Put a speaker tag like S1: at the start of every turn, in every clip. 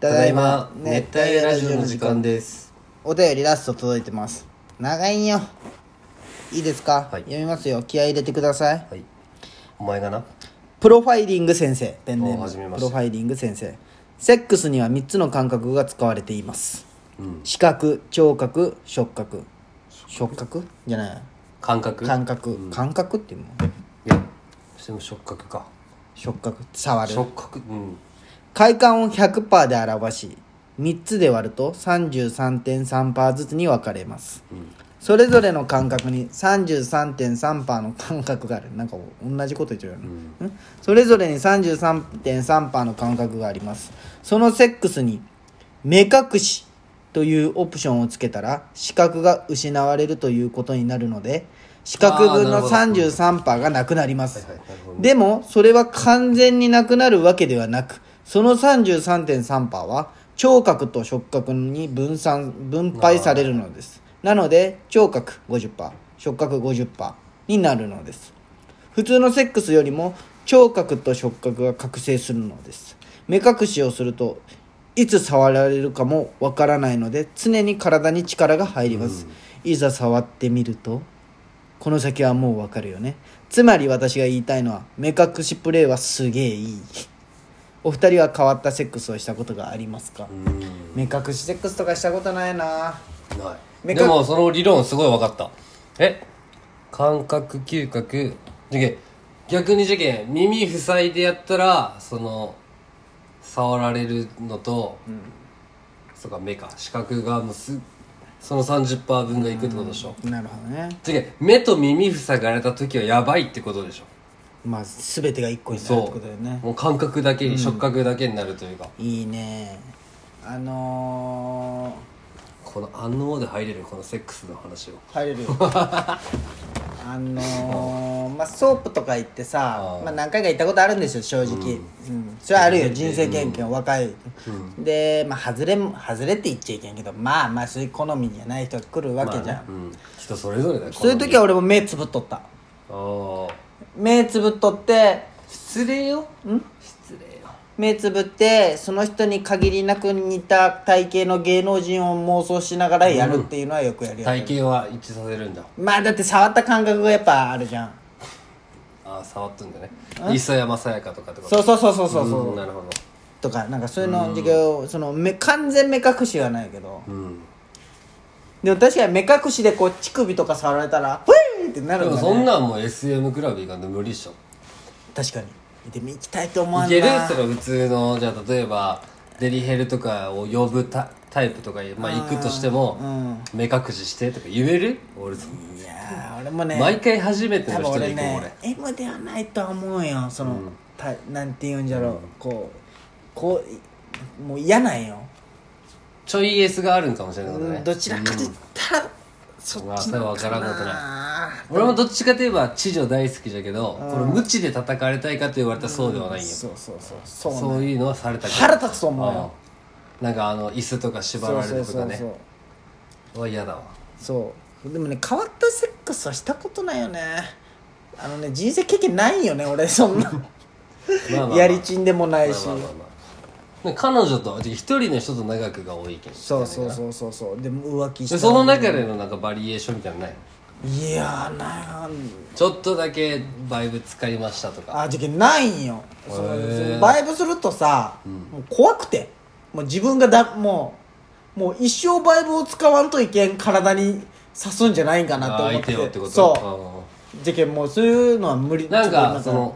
S1: ただいま熱帯夜ラジオの時間
S2: です
S1: お便りラスト届いてます長いんよいいですか、
S2: はい
S1: 読みますよ気合い入れてください
S2: はいお前がな
S1: プロファイリング先生ペンネー
S2: お初め
S1: ム
S2: ま
S1: プ
S2: して
S1: ロファイリング先生セックスには3つの感覚が使われています、
S2: うん
S1: 視覚聴覚触覚触覚じゃない
S2: 感覚
S1: 感覚、感覚っていうの
S2: いやそれも触覚か
S1: 触覚触る
S2: 触覚うん
S1: 快感を100%で表し3つで割ると33.3%ずつに分かれます、それぞれの感覚に33.3%の感覚があるなんか同じこと言ってるよね、んそれぞれに33.3%の感覚がありますそのセックスに目隠しというオプションをつけたら視覚が失われるということになるので視覚分
S2: あーなる
S1: の
S2: ほど
S1: 33%がなくなります、
S2: はいなるほど
S1: でもそれは完全になくなるわけではなくその33.3%は聴覚と触覚に分散分配されるのですなので聴覚50%触覚50%になるのです普通のセックスよりも聴覚と触覚が覚醒するのです目隠しをするといつ触られるかもわからないので常に体に力が入ります、いざ触ってみるとこの先はもうわかるよねつまり私が言いたいのは目隠しプレイはすげえいいお二人は変わったセックスをしたことがありますか、
S2: うん
S1: 目隠しセックスとかしたことないな
S2: ない
S1: 目
S2: で
S1: か
S2: もその理論すごい分かったえ感覚嗅覚じゃけ逆にじゃけ耳塞いでやったらその触られるのと、そうか目か視覚がもうすその30%分がいくってことでしょ、
S1: なるほどね
S2: じゃけ目と耳塞がれた時はやばいってことでしょ
S1: まあ全てが一個になるってことだよね
S2: もう感覚だけに、触覚だけになるというか
S1: いいねあの
S2: この安納で入れるこのセックスの話を
S1: ー、入 れるよあのー、まあソープとか行ってさ
S2: あー
S1: まあ、何回か行ったことあるんですよ正直、うんそれはあるよ人生経験、若い、でまあ外れも外れって言っちゃいけんけどまあまあそういう好みじゃない人が来るわけじゃん、
S2: うん、人それぞれだよ
S1: そういう時は俺も目つぶっとった
S2: ああ
S1: 目つぶっとって
S2: 失礼よん失礼よ
S1: 目つぶってその人に限りなく似た体型の芸能人を妄想しながらやるっていうのはよくやるよ、
S2: 体型は一致させるんだ
S1: まあだって触った感覚がやっぱあるじゃん
S2: ああ触っとんだね磯山さやかとかってこと
S1: そうそうそうそうそうそう
S2: うんなるほど
S1: とかなんかそういうの授業その目完全目隠しはないけど
S2: うん
S1: でも確かに目隠しでこう乳首とか触られたら「ウェイ!」ってな
S2: で
S1: るん
S2: も
S1: だ
S2: そん
S1: ね
S2: なんもう SM クラブ行かんで無理っしょ
S1: 確かにでも行きたいと思わ
S2: い
S1: んな
S2: けるその普通のじゃあ例えばデリヘルとかを呼ぶタタイプとか、まあ、行くとしても、目隠ししてとか言える俺その
S1: いやー俺もね
S2: 毎回初めての
S1: 多分俺
S2: 人で行くもん俺
S1: ね M ではないとは思うよその、たなんて言うんじゃろう、こうこうもう嫌なんよ、
S2: ちょい S があるんかもしれないからね
S1: どちらかと言ったら、そ
S2: まあそれは分からんことない
S1: あ
S2: 俺もどっちかといえば知女大好きだけど、これ無知で叩かれたいかと言われたらそうではない
S1: ー
S2: よ、
S1: そうそうそうそうなの
S2: そういうのはされたくない
S1: 腹立つと思うよ
S2: うんなんかあの椅子とか縛
S1: そ
S2: ら
S1: う
S2: れ
S1: そう
S2: ると
S1: そ
S2: か
S1: う
S2: ね
S1: そう
S2: は 嫌だわ
S1: そうでもね変わったセックスはしたことないよねあのね人生経験ないよね俺そんな
S2: まあまあまあ
S1: やりちんでもないし、
S2: まあまあまあまあね彼女と一人の人と長くが多いけど
S1: そうそうそうそうそうでも浮気した
S2: でその中でのなんかバリエーションみたいなのない
S1: いやーなん
S2: ちょっとだけバイブ使いましたとか
S1: あじゃけないんよそのそのバイブするとさ、もう怖くてもう自分がだもうもう一生バイブを使わんといけん体に刺すんじゃないんかなと思
S2: 相
S1: って
S2: 手をってこと
S1: そうんじゃけもうそういうのは無理
S2: うんなん
S1: ちょっ
S2: か
S1: と
S2: その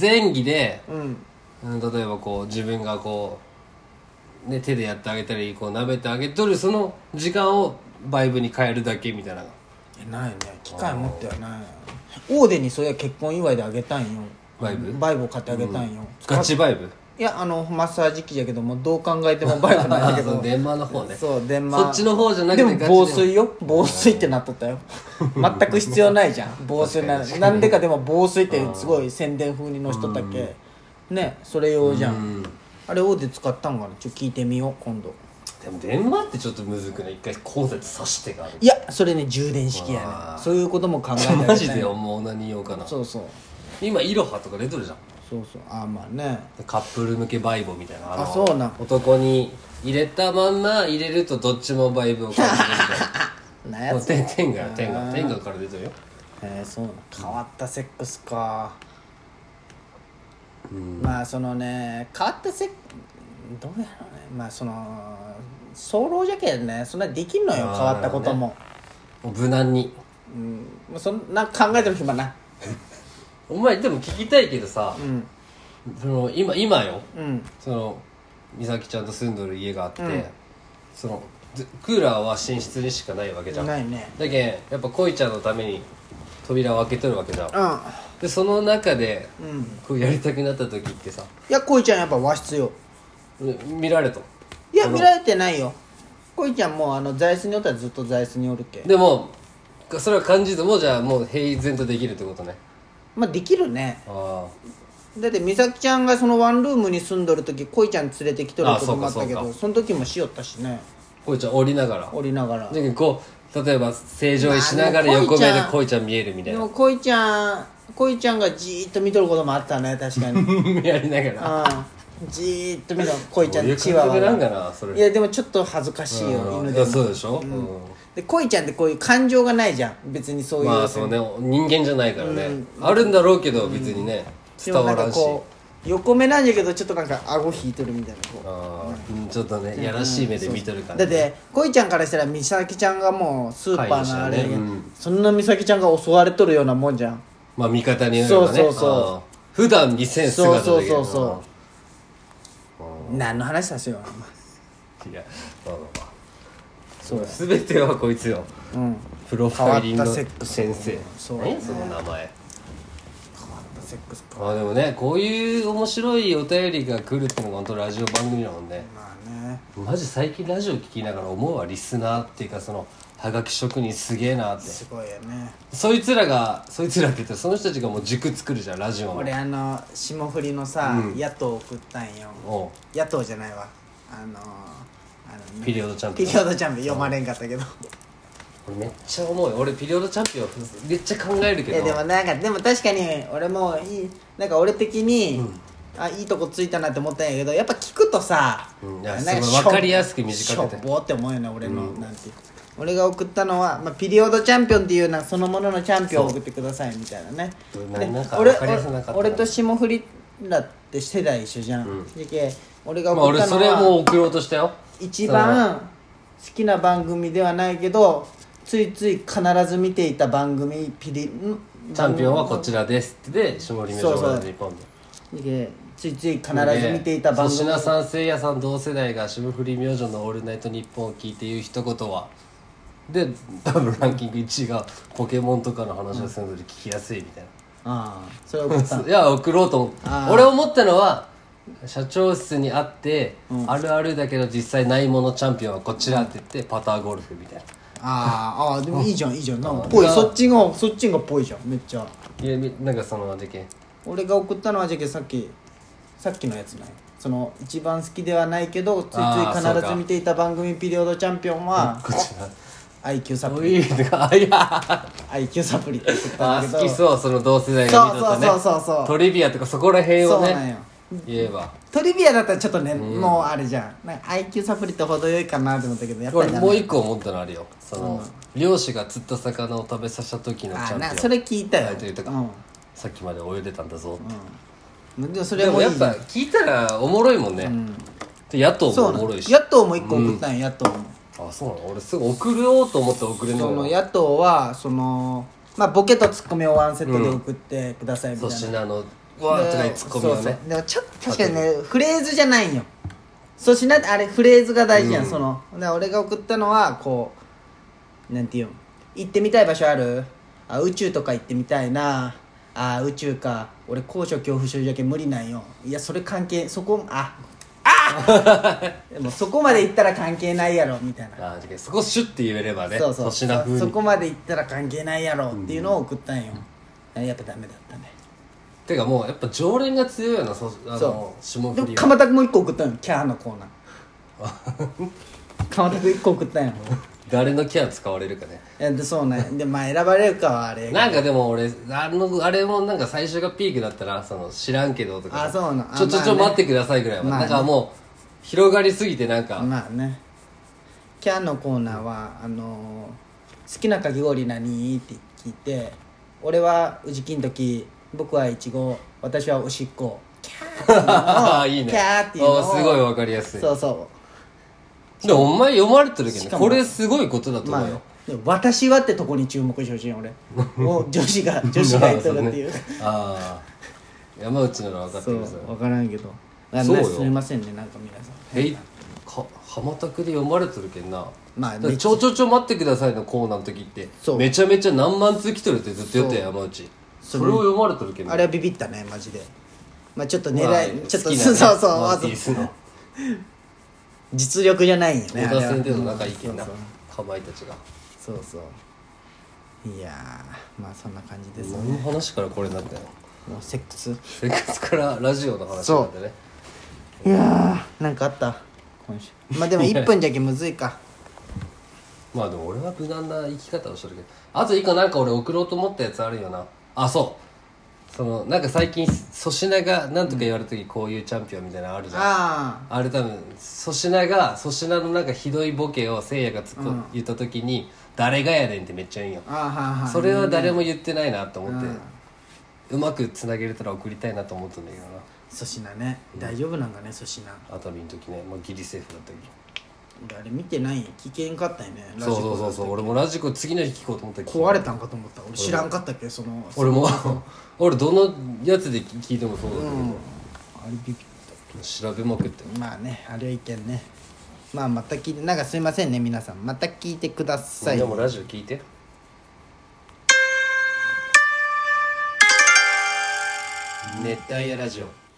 S2: 前儀で
S1: うん
S2: うん例えばこう自分がこう、ね、手でやってあげたりこう舐めてあげとるその時間をバイブに変えるだけみたいな
S1: えないね機械持ってはないオーデにそういや結婚祝いであげたんよ
S2: バイブ
S1: バイブを買ってあげたんよ、
S2: ガチバイブ
S1: いやあのマッサージ機じゃけどもうどう考えてもバイブなんだけ
S2: あーそ
S1: ど
S2: の電話の方ね
S1: そう電話
S2: そっちの方じゃなく
S1: で
S2: て
S1: も
S2: ガチで
S1: 防水よ防水ってなっとったよ全く必要ないじゃん防水ななんでかでも防水ってすごい宣伝風にのしとったっけねそれ用じゃんあれオーデ使ったんかなちょっと聞いてみよう今度
S2: でも電話ってちょっとむずくない一回コンセント挿してがある
S1: いやそれね充電式や
S2: あ
S1: ねそういうことも考えてあげたい
S2: マジでもう何言おうかな
S1: そうそう
S2: 今イロハとか出とるじゃん
S1: そうそうあーまあね
S2: カップル向けバイボみたいなの
S1: あそうなん
S2: 男に入れたまんま入れるとどっちもバイブを感じるみたいな
S1: なん や
S2: もう
S1: つ
S2: 天天が天が天がから出てるよ
S1: えー、そうな変わったセックスか、まあそのね変わったセックどうやろうねまあその早漏じゃけんねそんなできんのよ変
S2: あー
S1: わったことも、
S2: もう無難に
S1: もうそんな考えてる暇ない
S2: お前でも聞きたいけどさ
S1: うん
S2: その今今よ
S1: うん
S2: その美咲ちゃんと住んどる家があって、
S1: うん
S2: そのずクーラーは寝室にしかないわけじゃんだ
S1: ないね
S2: けんやっぱ恋ちゃんのために扉を開けとるわけじゃん
S1: う
S2: でその中で
S1: んうん
S2: こうやりたくなった時ってさ
S1: いやこいちゃんやっぱ和室よ
S2: 見られと
S1: いや
S2: あの
S1: 見られてないよこいちゃんもうあの座椅子におったらずっと座椅子におるけ
S2: でもそれは感じずもうじゃあもう平然とできるってことね
S1: まあできるね
S2: あ
S1: だって美咲ちゃんがそのワンルームに住んどる時こいちゃん連れてきとる
S2: あ
S1: 時もあったけ
S2: そうかそう
S1: ど
S2: か
S1: その時もしよったしね
S2: あ恋ちゃん降りながら
S1: おりながら
S2: でこう例えば正常位しながら
S1: まあでも
S2: 横目で
S1: 恋
S2: 恋ちゃん見えるみた
S1: で
S2: い
S1: も
S2: な
S1: こいちゃんこいちゃんがじーっと見とることもあったね確 かにうん
S2: やりながら
S1: じーっと見とるこいちゃん
S2: どうい
S1: の
S2: う
S1: チワワ
S2: 感覚なん
S1: が
S2: かなそれ
S1: いやでもちょっと恥ずかしいよ
S2: うん
S1: 犬
S2: い
S1: で
S2: や
S1: も
S2: そうでしょ、うん
S1: で恋ちゃんってこういう感情がないじゃん別にそういう、
S2: まあそうね人間じゃないからね、あるんだろうけど別にね、
S1: で
S2: 伝
S1: もな
S2: わ
S1: んから
S2: んし
S1: こう横目なんじゃけどちょっとなんか顎引いとるみたいなこう
S2: あーうんちょっとねやらしい目で見とるから、
S1: だ
S2: ね
S1: って恋ちゃんからしたら美咲ちゃんがもうスーパーのあれやけん
S2: 飼い主だねうん
S1: そんな美咲ちゃんが襲われとるようなもんじゃん
S2: まあ味方によればね
S1: そうそうそう
S2: あー普段見せん姿だけど
S1: そうそうそうそう何の話させようお前
S2: うんいやまあまあま
S1: そう
S2: あ全てはこいつよ
S1: うん
S2: プロファイリング
S1: 変わ
S2: の
S1: ったセックス
S2: 先生
S1: そう
S2: 何やその名前
S1: 変わったセックスか
S2: まあでもねこういう面白いお便りが来るってのが本当ラジオ番組だもんね
S1: まあね
S2: マジ最近ラジオ聞きながら思うわリスナーっていうかそのはがき職人すげえなって
S1: すごいよね
S2: そいつらがそいつらって言ったらその人たちがもう軸作るじゃんラジオの
S1: 俺あの霜降りのさ、野党送ったんよ
S2: おう
S1: 野党じゃないわあのーあのね
S2: ピリオドチャン
S1: ピ
S2: ピオン
S1: リオドチャンピオン読まれんかったけど
S2: 俺めっちゃ重い俺ピリオドチャンピオンめっちゃ考えるけ
S1: い
S2: ど
S1: やでもなんかでも確かに俺もいいなんか俺的に、あいいとこついたなって思ったんやけどやっぱ聞くとさ、
S2: うんいや
S1: なん
S2: すごい
S1: しょ
S2: わかりやすく短くて
S1: しょぼって思うよね俺の、なんていうか俺が送ったのは、まあ、ピリオドチャンピオンっていうなそのもののチャンピオンを送ってくださいみたいなね
S2: そう
S1: で
S2: ななんか
S1: 俺
S2: わかりやすくなかったな
S1: 俺と霜降りらって世代一緒じゃん、でけ俺が
S2: まあ
S1: 送っ
S2: 俺
S1: たの
S2: それ
S1: は、
S2: も送ろうとしたよ
S1: 一番好きな番組ではないけどついつい必ず見ていた番組ピリん
S2: チャンピオンはこちらですってで絞り目
S1: そう
S2: 上
S1: そう
S2: で日本で
S1: でついつい必ず見ていた番
S2: 番
S1: 組
S2: 組粗品三成也さん同世代が霜降り明星の「オールナイトニッポン」を聞いて言う一言はで多分ランキング1位がポケモンとかの話をするので聞きやすいみたい
S1: ああそれを送った
S2: な、いや送ろうと思って
S1: あー
S2: 俺思ったのは社長室にあって、あるあるだけど実際ないものチャンピオンはこちらって言ってパターゴルフみたいな
S1: あ あああでもいいじゃんいいじゃんなんかぽいそっちがそっちがぽいじゃんめっちゃ
S2: いやみなんかその事件
S1: 俺が送ったのはじゃけさっきさっきのやつねその一番好きではないけどついつ
S2: ああ
S1: い
S2: そう
S1: 必
S2: か
S1: ず見ていた番組ピリオドチャンピオンは
S2: こちら
S1: IQ サプ
S2: お
S1: リ
S2: いとかあいや
S1: IQ サプリって送った
S2: あ
S1: んだけ
S2: ー
S1: ど
S2: 好きそうその同世代が見とったね
S1: そうそうそうそうそう
S2: トリビアとかそこら辺を
S1: そうなんよ
S2: ね言えば
S1: トリビアだったらちょっとね、もうあれじゃんなんか IQ サプリって程よいかなと思ったけどやっぱ
S2: これ
S1: りダメ
S2: もう一個思ったのあるよその、漁師が釣った魚を食べさせた時のチ
S1: あ
S2: ャンピ
S1: な
S2: オン
S1: それ聞いたよ
S2: あというとかさっきまで泳いでたんだぞ、
S1: うん、でもそれ
S2: で
S1: もい
S2: も
S1: い
S2: やっぱ聞いたらおもろいもんね、で野党も
S1: そ
S2: おも
S1: う
S2: ろ
S1: ない
S2: し
S1: 野党も一個送ったんや、野党も
S2: あそうなの俺すぐ送ろうと思って送れない
S1: その
S2: の
S1: 野党はそのまあボケとツッコミをワンセットで送ってくださいみたい
S2: 粗
S1: な、
S2: 品のうわーとかにツッコミをね
S1: そうそうでもちょっと確かにねフレーズじゃないんよ粗品ってあれフレーズが大事やん、そので俺が送ったのはこうなんていうの行ってみたい場所あるあ宇宙とか行ってみたいなあ宇宙か俺高所恐怖症じゃけん無理なんよいやそれ関係そこあ あでもそこまで行ったら関係ないやろみたいな
S2: あーじゃあそこシュッて言えればね
S1: そうそう
S2: 粗品風に
S1: そこまで行ったら関係ないやろっていうのを送ったんよ、やっぱダメだったね
S2: てかもうやっぱ常連が強いよなそあの
S1: そう
S2: 霜
S1: で
S2: 降
S1: も
S2: りは
S1: 鎌田君も一個送ったんよキャーのコーナー 鎌田君一個送ったんよ
S2: 誰のケア使われるかね
S1: えでそうねでまあ選ばれるかはあれ
S2: なんかでも俺あのあれもなんか最初がピークだったらその知らんけどとか
S1: あそうなんあ
S2: ちょちょ
S1: ま
S2: ちょ
S1: あね
S2: 待ってくださいぐらいは、
S1: まあね
S2: なんかもう広がりすぎてなんか、
S1: まあねキャンのコーナーは「あのー好きなかき氷何?」って聞いて「俺は宇治金時僕はいちご私はおしっこ」キャー
S2: いいね
S1: キャーっていうのを
S2: あすごいわかりやすい
S1: そうそ
S2: でもお前読まれてるけ
S1: し
S2: ど
S1: か
S2: ね
S1: も
S2: これすごいことだ
S1: う
S2: と
S1: ま
S2: 思
S1: あ
S2: うよ、
S1: でも私はってとこに注目してほしい 俺もう女子が女子が言っとるっていう
S2: ああ山内なら分かっ
S1: そ
S2: て
S1: う
S2: るぞ
S1: 分からんけどあ
S2: そうよ
S1: すみませんねなんか皆さん
S2: えいか浜拓で読まれてるけんな
S1: まあ
S2: だからちょちょちょ待ってくださいのコーナーの時って
S1: そう
S2: めちゃめちゃ何万通来てるってずっと言ってたよ
S1: そ
S2: 山内
S1: そ
S2: そ
S1: れ
S2: れを読まれてるけんね
S1: あれはビビったねマジでまあちょっと狙
S2: まあ
S1: い、ちょっと、
S2: 好きな
S1: そう
S2: ね
S1: そうそう
S2: ワ
S1: わ
S2: ンピ
S1: ざ
S2: ースの
S1: 実力じゃないんよね
S2: 小
S1: あれ
S2: 田
S1: は
S2: 先生の仲いいけんな
S1: そう
S2: かまいたちが
S1: そうそうそういやーまあそんな感じですね、
S2: 何の話からこれになったよ
S1: もうセックス
S2: 生活からラジオの話になってね
S1: いやーなんかあった今週まあでも1分じゃけむずいか
S2: まあでも俺は無難な生き方をしとるけどあと一個なんか俺送ろうと思ったやつあるよなあそうそのなんか最近粗品がなんとか言われた時こういうチャンピオンみたいなのある じゃん
S1: あ
S2: あれ多分粗品が粗品のなんかひどいボケをせいやがつこ、言った時に「誰がやねん」ってめっちゃ言うんよ
S1: あああはあはあ
S2: それは誰も言ってないなと思って、うまくつなげれたら送りたいなと思ったんだけどな
S1: 粗品ね大丈夫なんかね粗品
S2: 熱海の時ね、まあ、ギリセーフだったけど
S1: 俺あれ見てない聞けんかったよねラジ
S2: そ
S1: コ
S2: うそうそうそう俺もラジコ次の日聞こうと思ったけど
S1: 壊れたんかと思った俺知らんかったっけその
S2: 俺も 俺どのやつで聞いてもそうだけど、
S1: あれビビった
S2: 調べまくって
S1: まあねあれは意見ねまあまた聞いてなんかすいませんね皆さんまた聞いてくださ
S2: み
S1: い
S2: んなもラジオ聞いて熱帯夜ラジオ